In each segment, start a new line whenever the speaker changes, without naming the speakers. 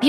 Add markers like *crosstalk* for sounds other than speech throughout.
美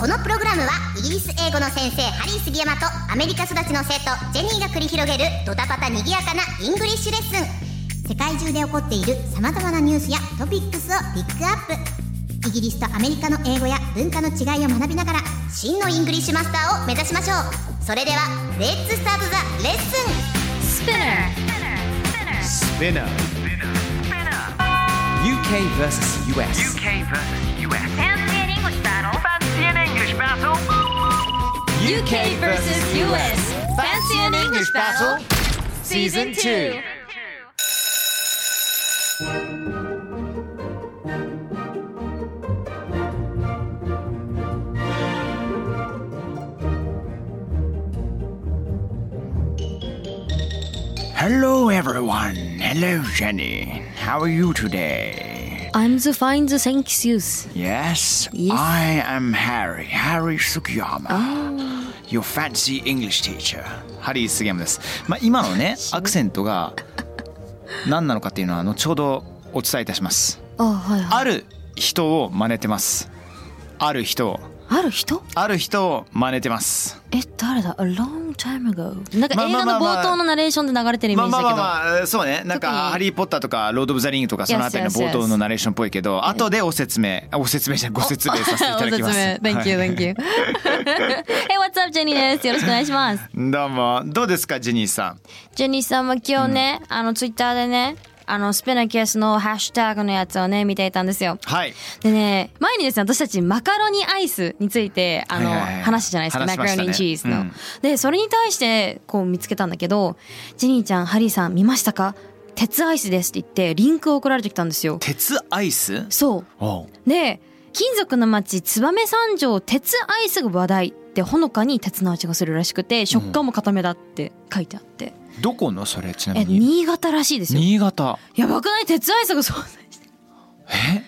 このプログラムはイギリス英語の先生ハリー杉山とアメリカ育ちの生徒ジェニーが繰り広げるドタパタにぎやかなイングリッシュレッスン世界中で起こっている様々なニュースやトピックスをピックアップイギリスとアメリカの英語や文化の違いを学びながら真のイングリッシュマスターを目指しましょうそれではレッツスタートザレッスン
Spinner. UK versus US.
UK versus US. Fancy an English battle. Fancy an English battle.
UK versus US. Fancy an English battle? Season 2.
Hello, everyone. Hello, Jenny. How are you today?
I'm the fine the thank yous.
Yes,
Yes.
I am Harry. Harry Sukiyama. Your fancy English teacher.
ハリー杉山です。まあ、今のね、アクセントが何なのかっていうのは後ほどお伝えいたします。
あはいはい。
ある人を真似てます。ある人を、
ある人
ある人を真似てます。
え誰だ ?A long time ago。な
ま
んか
あ
映
まあ
画の
まあまあ
冒頭のナレーションで流れてるイメ
まあ
ージだ
まあ
けど。
まあまあそうねなん
特に
か「ハリー・ポッター」とか「ロード・オブ・ザ・リング」とかそのあたりの
Yes, yes,
冒頭のナレーションっぽいけど後でお説明あお説明じゃないご説明させていただきます
お説明 Thank
*laughs*
you,
はい
thank you. hey, what's up, ジェニーです。よろしくお願いします。
どうもどうですかジェニーさん
ジェニーさんは今日ね、あのツイッターでね、あのスペナキアスのハッシュタグのやつをね見ていたんですよ。
はい
でね前にですね私たちマカロニアイスについてあの、
はいはいはい
話したじゃないですか、
話し
マ
ま
カ
した
ロ
ね
ニチーズの。
うん
でそれに対してこう見つけたんだけど「ジェニーちゃんハリーさん見ましたか鉄アイスです」って言ってリンクを送られてきたんですよ。
鉄アイス
そう
おう
で金属の町燕三条鉄アイスが話題でほのかに鉄の味がするらしくて食感も固めだって書いてあって、
どこのそれちな
え
みに
新潟らしいですよ
新潟
やばくない鉄アイスが存在して
え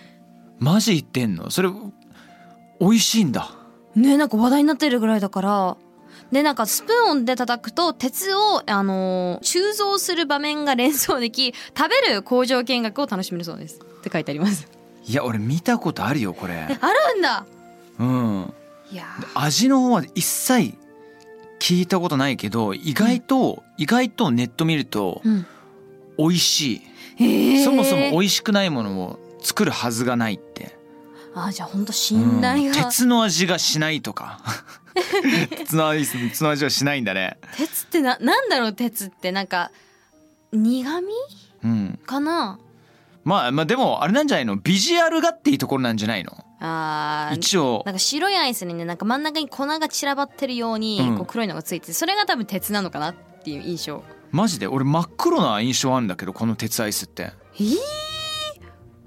マジ言ってんのそれ美味しいんだ
ねえなんか話題になってるぐらいだからでなんかスプーンで叩くと鉄を、あのー鋳造する場面が連想でき食べる工場見学を楽しめるそうですって書いてあります
いや俺見たことあるよこれ
あるんだ
うん
いや
味の方は一切聞いたことないけど意外と、意外とネット見ると
ーうん
美味しい、
へえ
そもそも美味しくないものを作るはずがないって、
あじゃあほん
う
と
ん
信頼が、
鉄の味がしないと *laughs* か鉄の味鉄の味はしないんだね
鉄ってななんだろう鉄ってなんか苦味
うん
かな
まあまあでもあれなんじゃないのビジュアルがっていうところなんじゃないの
あー
一応
なんか白いアイスにねなんか真ん中に粉が散らばってるように
うん
こう黒いのがついててそれが多分鉄なのかなっていう印象
マジで俺真っ黒な印象あるんだけどこの鉄アイスって
えー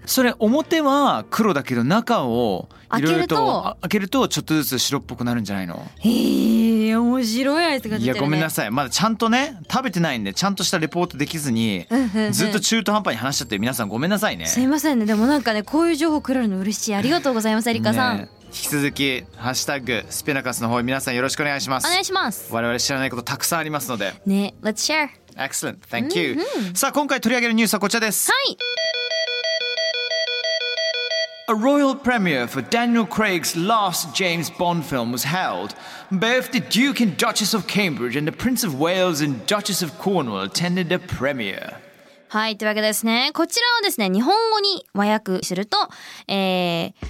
それ表は黒だけど中をいろいろ
開ける
と
と
あ開けるとちょっとずつ白っぽくなるんじゃないの
へえ面白いアイスが
い
出て
や
るね
ごめんなさいまだちゃんとね食べてないんでちゃんとしたレポートできずにずっと中途半端に話しちゃって皆さんごめんなさいね
すいませんねでもなんかねこういう情報くれるの嬉しいありがとうございますエリカさん、
ね引き続き「ハッシュタグスペナカス」の方皆さんよろしくお願いします
お願いします
我々知らないことたくさんありますので
ね Let's share は
Excellent thank you、さあ今回取り上げるニュースはこちらです
い
A royal premiere for Daniel Craig's last James Bond film was held. Both the Duke and Duchess of Cambridge and the Prince of Wales and Duchess of Cornwall attended the premiere.
はいというわけですねこちらをですね日本語に和訳すると、えー、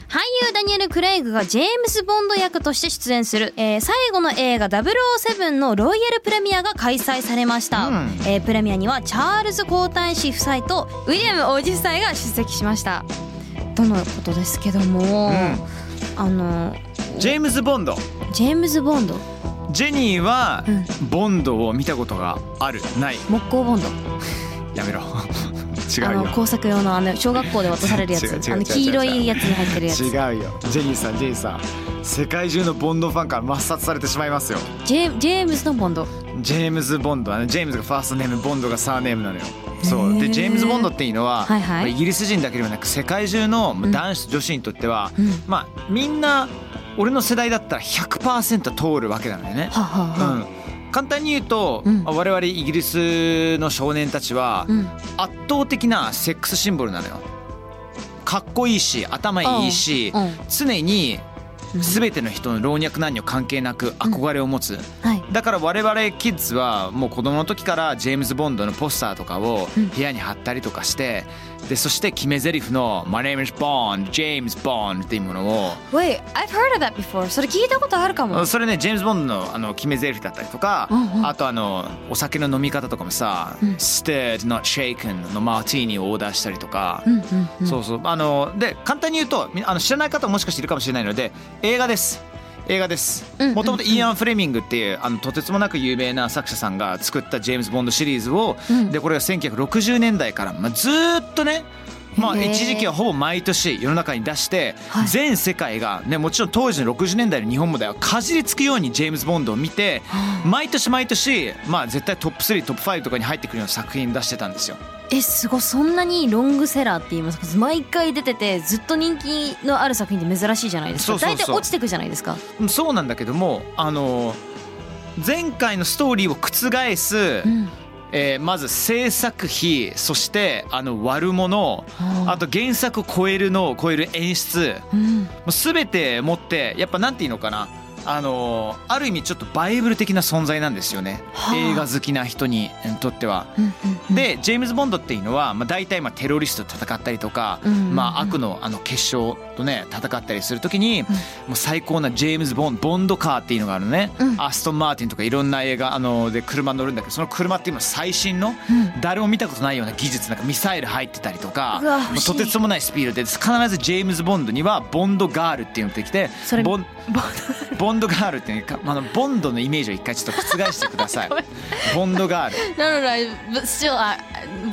俳優ダニエル・クレイグがジェームス・ボンド役として出演する、えー最後の映画007のロイヤルプレミアが開催されました、えープレミアにはチャールズ皇太子夫妻とウィリアム王子夫妻が出席しましたとのことですけども、あの
ジェームズ・ボンド
ジェームズ・ボンド
ジェニーはボンドを見たことがあるない
木工ボンド
やめろ違
あ
うよ
の工作用のあの小学校で渡されるや
違う違う違う
つ
違う
あの黄色いやつに入ってるやつ
違うよジェニーさんジェニーさん世界中のボンドファンから抹殺されてしまいますよ
ジェジェームズのボンド
ジェームズ・ボンドあのジェームズがファーストネームボンドがサーネームなのよそうでジェームズ・ボンドっていうのは、
はいはい
これイギリス人だけではなく世界中のまあ男子と女子にとっては、
うん
まあみんな俺の世代だったら100%通るわけなのよね、
はあ、はあはあ
うん、簡単に言うと、
うん
我々イギリスの少年たちは、
うん、
圧倒的なセックスシンボルなのよかっこいいし頭いいし、
うんうん
常に全ての人の老若男女関係なく憧れを持つ、
はい
だから我々キッズはもう子供の時からジェームズ・ボンドのポスターとかを部屋に貼ったりとかして、でそして決め台詞の「My name is Bond」「James Bond」っていうものを
Wait I've heard of that before それ聞いたことあるかも
それねジェームズ・ボンドのあの決め台詞だったりとか、
うんうん
あとあのお酒の飲み方とかもさ「Stirred Not Shaken」のマーティーニをオーダーしたりとか、
うんうんうん
そうそうあので簡単に言うとみあの知らない方ももしかしているかもしれないので映画です映画です
うん
もともとイーアン・フレミングっていうあのとてつもなく有名な作者さんが作ったジェームズ・ボンドシリーズを、
うん
でこれが1960年代から、まあ、ずーっとねまあ、
へー
一時期はほぼ毎年世の中に出して、
はい
全世界が、ね、もちろん当時の60年代の日本もだよかじりつくようにジェームズ・ボンドを見て毎年毎年、まあ、絶対トップ3トップ5とかに入ってくるような作品出してたんですよ。
えすごいそんなにロングセラーって言いますか毎回出ててずっと人気のある作品って珍しいじゃないですか
そうそうそう
大体落ちてくじゃないですか
そうなんだけどもあの前回のストーリーを覆す、
ん
えーまず制作費そしてあの悪者あと原作を超えるのを超える演出
うん
もう全て持ってやっぱなんていうのかなあのある意味ちょっとバイブル的な存在なんですよね、
はあ
映画好きな人にえーとっては。
うん
でジェームズ・ボンドっていうのは、まあ、大体まあテロリストと戦ったりとか、
うんうんうん
まあ、悪のあの結晶とね戦ったりする時に、もう最高なジェームズ・ボンボンドカーっていうのがあるのね、
うん
アストン・マーティンとかいろんな映画あので車乗るんだけどその車って今最新の、
うん
誰も見たことないような技術なんかミサイル入ってたりとか
うわ
も
欲
う
しい
とてつもないスピードで必ずジェームズ・ボンドにはボンドガールっていうのができて
それ
ボンボンドガールっていうかあのボンドのイメージを一回ちょっと覆してくださいボンドガール
*laughs* No no no but still I-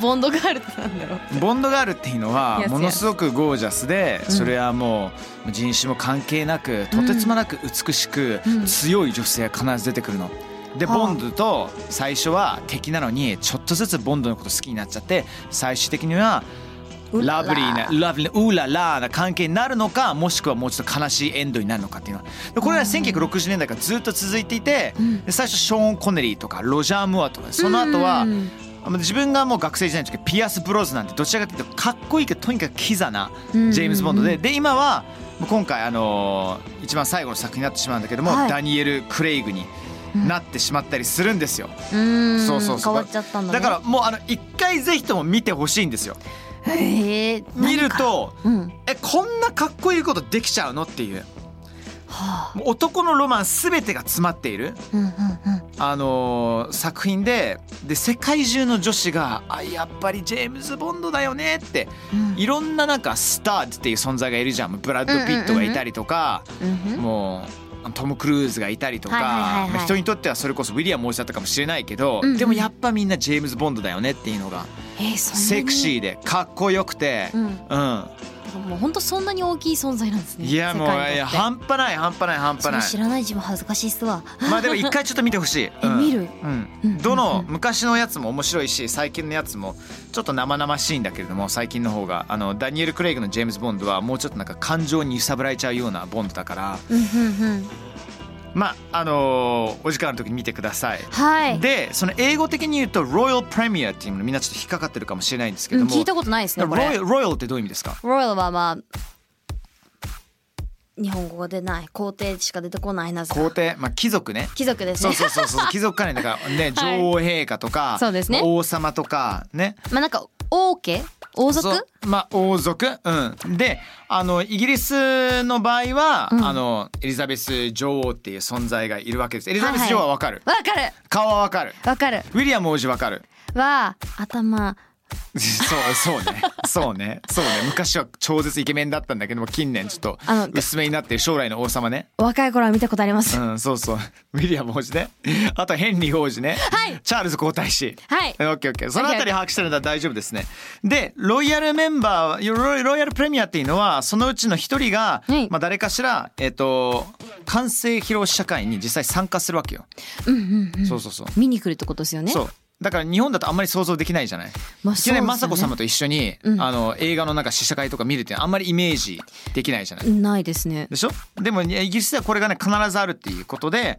ボンドガールってなんだろう
ボンドガールっていうのは
Yes,
ものすごくゴージャスでそれはもう人種も関係なくとてつもなく美しく
うん
強い女性が必ず出てくるの。で
はあ
ボンドと最初は敵なのにちょっとずつボンドのこと好きになっちゃって最終的には
う
ラ
らら
ブリーなラブリーなウーララーな関係になるのかもしくはもうちょっと悲しいエンドになるのかっていうのはでこれは1960年代からずっと続いていて、で最初ショーン・コネリーとかロジャー・ムーアとかその後は、
うん
あの自分がもう学生時代の時ピアス・ブロズなんてどちらかというとかっこいいけどとにかくキザなジ
うん
ェームズ・ボンドでで今はもう今回、あのー一番最後の作品になってしまうんだけども、
はい
ダニエル・クレイグになってしまったりするんですよ。
うーん
そうそうそう
変わっちゃったんだ、ね、
だからもうあの一回ぜひとも見てほしいんですよ。
らへえ
見ると
うん
えこんなかっこいいことできちゃうのっていう
はあ
もう男のロマン全てが詰まっている、
うんうんうん
あのー作品でで世界中の女子が「あやっぱりジェームズ・ボンドだよね」って、いろんななんかスターっていう存在がいるじゃんブラッド・ピットがいたりとか、もうトム・クルーズがいたりとか、
はいはいはいはい
人にとってはそれこそウィリアム王子だったかもしれないけど、
うんうん
でもやっぱみんなジェームズ・ボンドだよねっていうのが
えー、そんなに
セクシーでかっこよくて、
うん
うん、
だからもう本当そんなに大きい存在なんですね
いやもう
世界にとっ
い
て
や半端ない半端ない半端
それ
ない
知らない自分恥ずかしいっすわ
*laughs* まあでも一回ちょっと見てほ
*laughs*
しい、うん
見る
うん
うん
どの昔のやつも面白いし最近のやつもちょっと生々しいんだけれども最近の方があのダニエル・クレイグのジェームズ・ボンドはもうちょっとなんか感情に揺さぶられちゃうようなボンドだから
うんうんうん
まああのーお時間ある時に見てください。
はい
でその英語的に言うとロイヤル・プレミアっていうのみんなちょっと引っかかってるかもしれないんですけ
う
ど
ん、
も、
聞いたことないですねこれ
ロイヤルロイヤルってどういう意味ですか
ロイヤルはまあ日本語が出ない皇帝しか出てこないなぜか
皇帝、まあ、貴族
*laughs*
ね
貴族です
そう
ね
そうそうそう貴族関連だからね
はい
女王陛下とか、
そうですね
王様とかね
*laughs* まあなんか王家王族
そうまあ王族うんであのイギリスの場合は、あのエリザベス女王っていう存在がいるわけですエリザベス女王はわかる、
わかる
顔はわかる
わかる
ウィリアム王子わかる
は頭
そうそうねそうねそうね昔は超絶イケメンだったんだけども近年ちょっと
あの
薄めになってる将来の王様ね
若い頃は見たことあります、
うんそうそう *laughs* ウィリアム王子ねあとヘンリー王子ね、
はい
チャールズ皇太子
はい
オッケーオッケー。そのあたり把握してるのは大丈夫ですね。で、ロイヤルメンバー、ロイロイヤルプレミアっていうのは、そのうちの一人が、
はい
まあ誰かしら、えっ、と、完成披露試写会に実際参加するわけよ、そうそうそう、
見に来るってことですよね。
そうだから日本だとあんまり想像できないじゃない、
まあ
いきなり雅子
そうですよね
様と一緒に、あの映画のなんか試写会とか見るってあんまりイメージできないじゃない、
ないですね。
でしょでもいやイギリスではこれがね必ずあるっていうことで、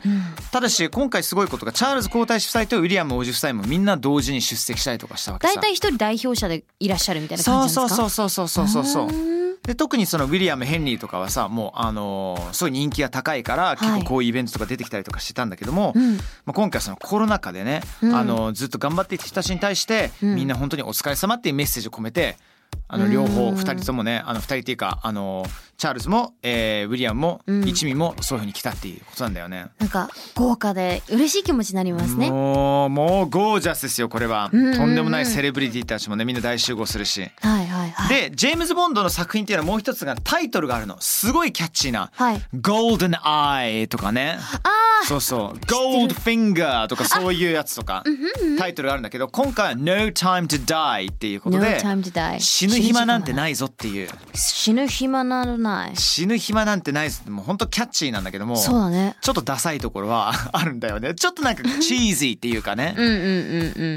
ただし今回すごいことがチャールズ皇太子夫妻とウィリアム王子夫妻もみんな同時に出席したりとかしたわけ
大
さ
体一人代表者でいらっしゃるみたいな
そ
感
う
じな
そう
んですか。
そうそうそうそうそうそうで特にそのウィリアム・ヘンリーとかはさもうあのーすごい人気が高いから結構こういうイベントとか出てきたりとかしてたんだけども、まあ、今回そのコロナ禍でね、あのーずっと頑張ってきた人たちに対して、みんな本当にお疲れ様っていうメッセージを込めてあの両方2人ともねあの2人っていうかあのーチャールズも、えーウィリアムも、一味もそういうふうに来たっていうことなんだよね。
なんか豪華で嬉しい気持ちになりますね。
もうもうゴージャスですよこれは、とんでもないセレブリティたちもねみんな大集合するし。
はいはいはい。
でジェームズ・ボンドの作品っていうのはもう一つがタイトルがあるのすごいキャッチーな
はい
「Golden Eye」とかねそうそう「Gold Finger」とかそういうやつとかタイトルがあるんだけど今回は「No Time to Die」っていうことで
No time to die
死ぬ暇なんてないぞっていう
死ぬ暇などない。
死ぬ暇なんてないぞってもう本当キャッチーなんだけども
そうだね。
ちょっとダサいところは *laughs* あるんだよねちょっとなんかチーズィーっていうか
*laughs*
ね
うんうんうんう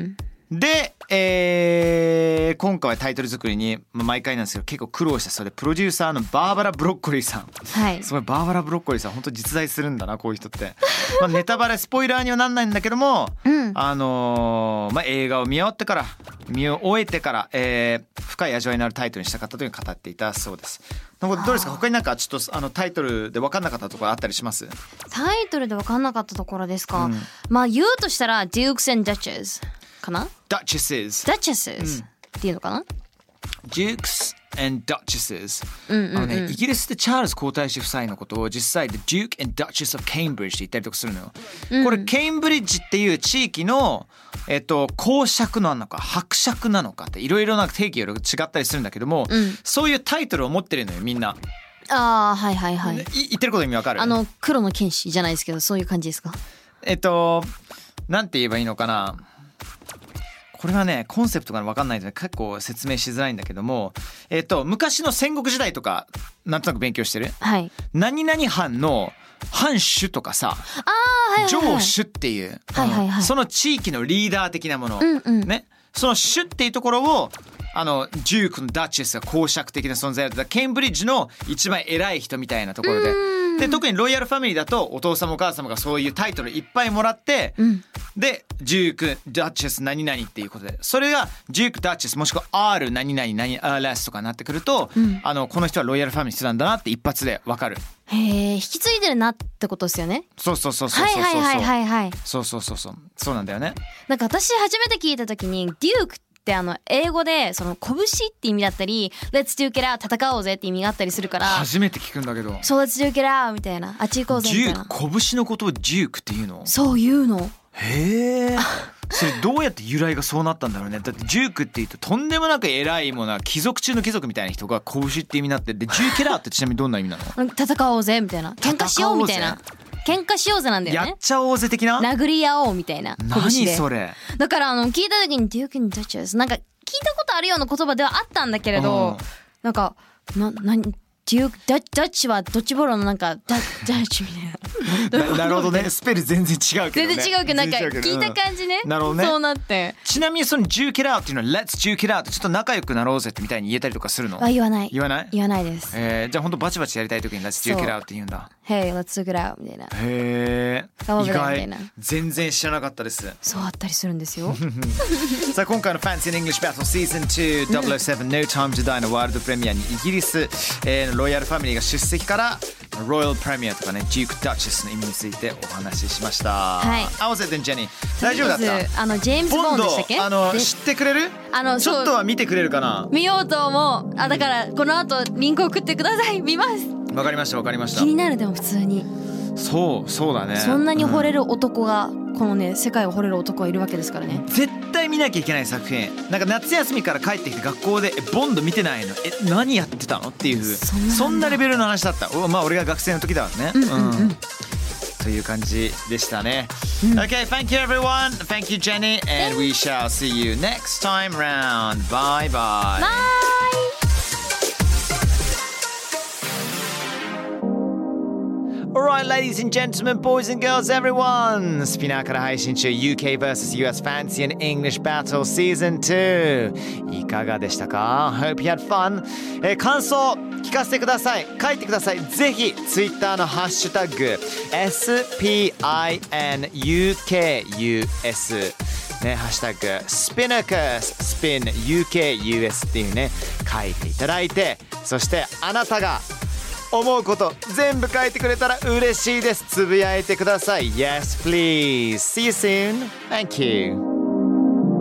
ん。
で、えー今回はタイトル作りに、まあ、毎回なんですけど結構苦労したそうでプロデューサーのバーバラ・ブロッコリーさん
はい。
すごいバーバラ・ブロッコリーさん本当実在するんだなこういう人 *laughs* って、まあ、ネタバレスポイラーにはなんないんだけども、あのーまあ、映画を見終わってから見終えてから、えー深い味わいのあるタイトルにしたかったというふうに語っていたそうです。どうですか他になんかちょっとあのタイトルで分かんなかったところあったりします
タイトルで分かんなかったところですか。まあ言うとしたら Dukes and Duchess かな
?Duchesses
?Duchesses っていうのかな
Dukes and Duchesses、あのねイギリスでチャールズ皇太子夫妻のことを実際で Duke and Duchess of Cambridge って言ったりとかするのよ、これケンブリッジっていう地域のえっと公爵なのか伯爵なのかっていろいろな定義が違ったりするんだけども、そういうタイトルを持ってるのよみんな、
ああ、はいはいはいい。
言ってること意味わかる
あの黒の剣士じゃないですけどそういう感じですか
えっとなんて言えばいいのかなこれはねコンセプトが分かんないので結構説明しづらいんだけどもえっと昔の戦国時代とかなんとなく勉強してる
はい
何々藩の藩主とかさ上主っていう
はいはいはい
その地域のリーダー的なもの、ね、その主っていうところをあのジュークのダッチェスが公爵的な存在だったケンブリッジの一番偉い人みたいなところで。で特にロイヤルファミリーだとお父様お母様がそういうタイトルいっぱいもらって、でジュークダッチェス何々っていうことでそれがジュークダッチェスもしくは R 何々何 RS とかになってくると、あのこの人はロイヤルファミリーしてたんだなって一発でわかる
へえ引き継いでるなってことですよね
そうそうそうそう
はい
そう
はい
そう
はいはいはい
そうそうそうそうそうなんだよね
なんか私初めて聞いた時にデュークってあの英語でその拳って意味だったり Let's do it out 戦おうぜって意味があったりするから
初めて聞くんだけど
So let's do it out みたいなあっち行こうぜみ
ジュ
たい
ー
な
ク拳のことをジュークっていうの
そういうの
へえそれどうやって由来がそうなったんだろうねだってジュークっていうととんでもなく偉いものは貴族中の貴族みたいな人が拳って意味になってでジューケラーってちなみにどんな意味なの
戦おうぜみたいな喧嘩しようみたいな喧嘩しようぜなんだよ
やっ
ね
ちゃおうぜ的な
殴り合おうみたいな拳
何
で
それ
だからあの聞いた時に「Duke and Duchess」なんか聞いたことあるような言葉ではあったんだけれ
うん
どなんかな何 Duke ダダッチはドッジボロのなんかダダッチみたいな
ななるほどねスペル全然違うけど、
全
ね、
然違うけどなんか
全然違うけ
聞
ど
いた感じね
うんなるほどね
そうなって
ちなみにそのジューケラーっていうのは Let's ジューケラーってちょっと仲良くなろうぜってみたいに言えたりとかするの
は言わない
言わない
言わないです
えー、じゃあ本当バチバチやりたい時に Let's
そう
do it out って言うんだ。
「Hey let's do it out」みたいな
へ
そう
え。
だ
意
よね
外。全然知らなかったです。
そうあったりするんですよ
さあ今回の Fancy in English Battle Season 2007 No Time to Die のワールドプレミアにイギリス、えーロイヤルファミリーが出席からロイヤルプレミアとかね、ジーク・ダッチェスの意味についてお話ししました。
はい
合わせてんジェニー。 *laughs* 大丈夫だっ
とりあえず
た
あのジェームズ・ボーンでしたっけ
ボンドあの
で
知ってくれる
あの
ち
そう
ょっとは見てくれるかな
見ようと思うあだからこの後リンク送ってください見ます
わかりましたわかりまし
気に
た
なるでも普通に
そうそうだね
そんなに惚れる男が、このね世界を惚れる男がいるわけですからね
絶対見なきゃいけない作品なんか夏休みから帰ってきて学校で「えボンド見てないのえ何やってたの?」っていうそんなレベルの話だったおまあ俺が学生の時だわねうんという感じでしたね、Okay thank you everyone thank you Jenny and we shall see you next time round bye bye Alright, ladies and gentlemen, boys and girls, everyone! スピナーから配信中 UK vs.US Fancy and English Battle Season 2! いかがでしたか ?Hope you had fun! えー感想聞かせてください書いてくださいぜひ Twitter のハッシュタグ SPINUKUS ね、ハッシュタグスピナカススピン UKUS っていうね書いていただいてそしてあなたが思うこと全部書いてくれたら嬉しいですつぶやいてください Yes please See you soon Thank you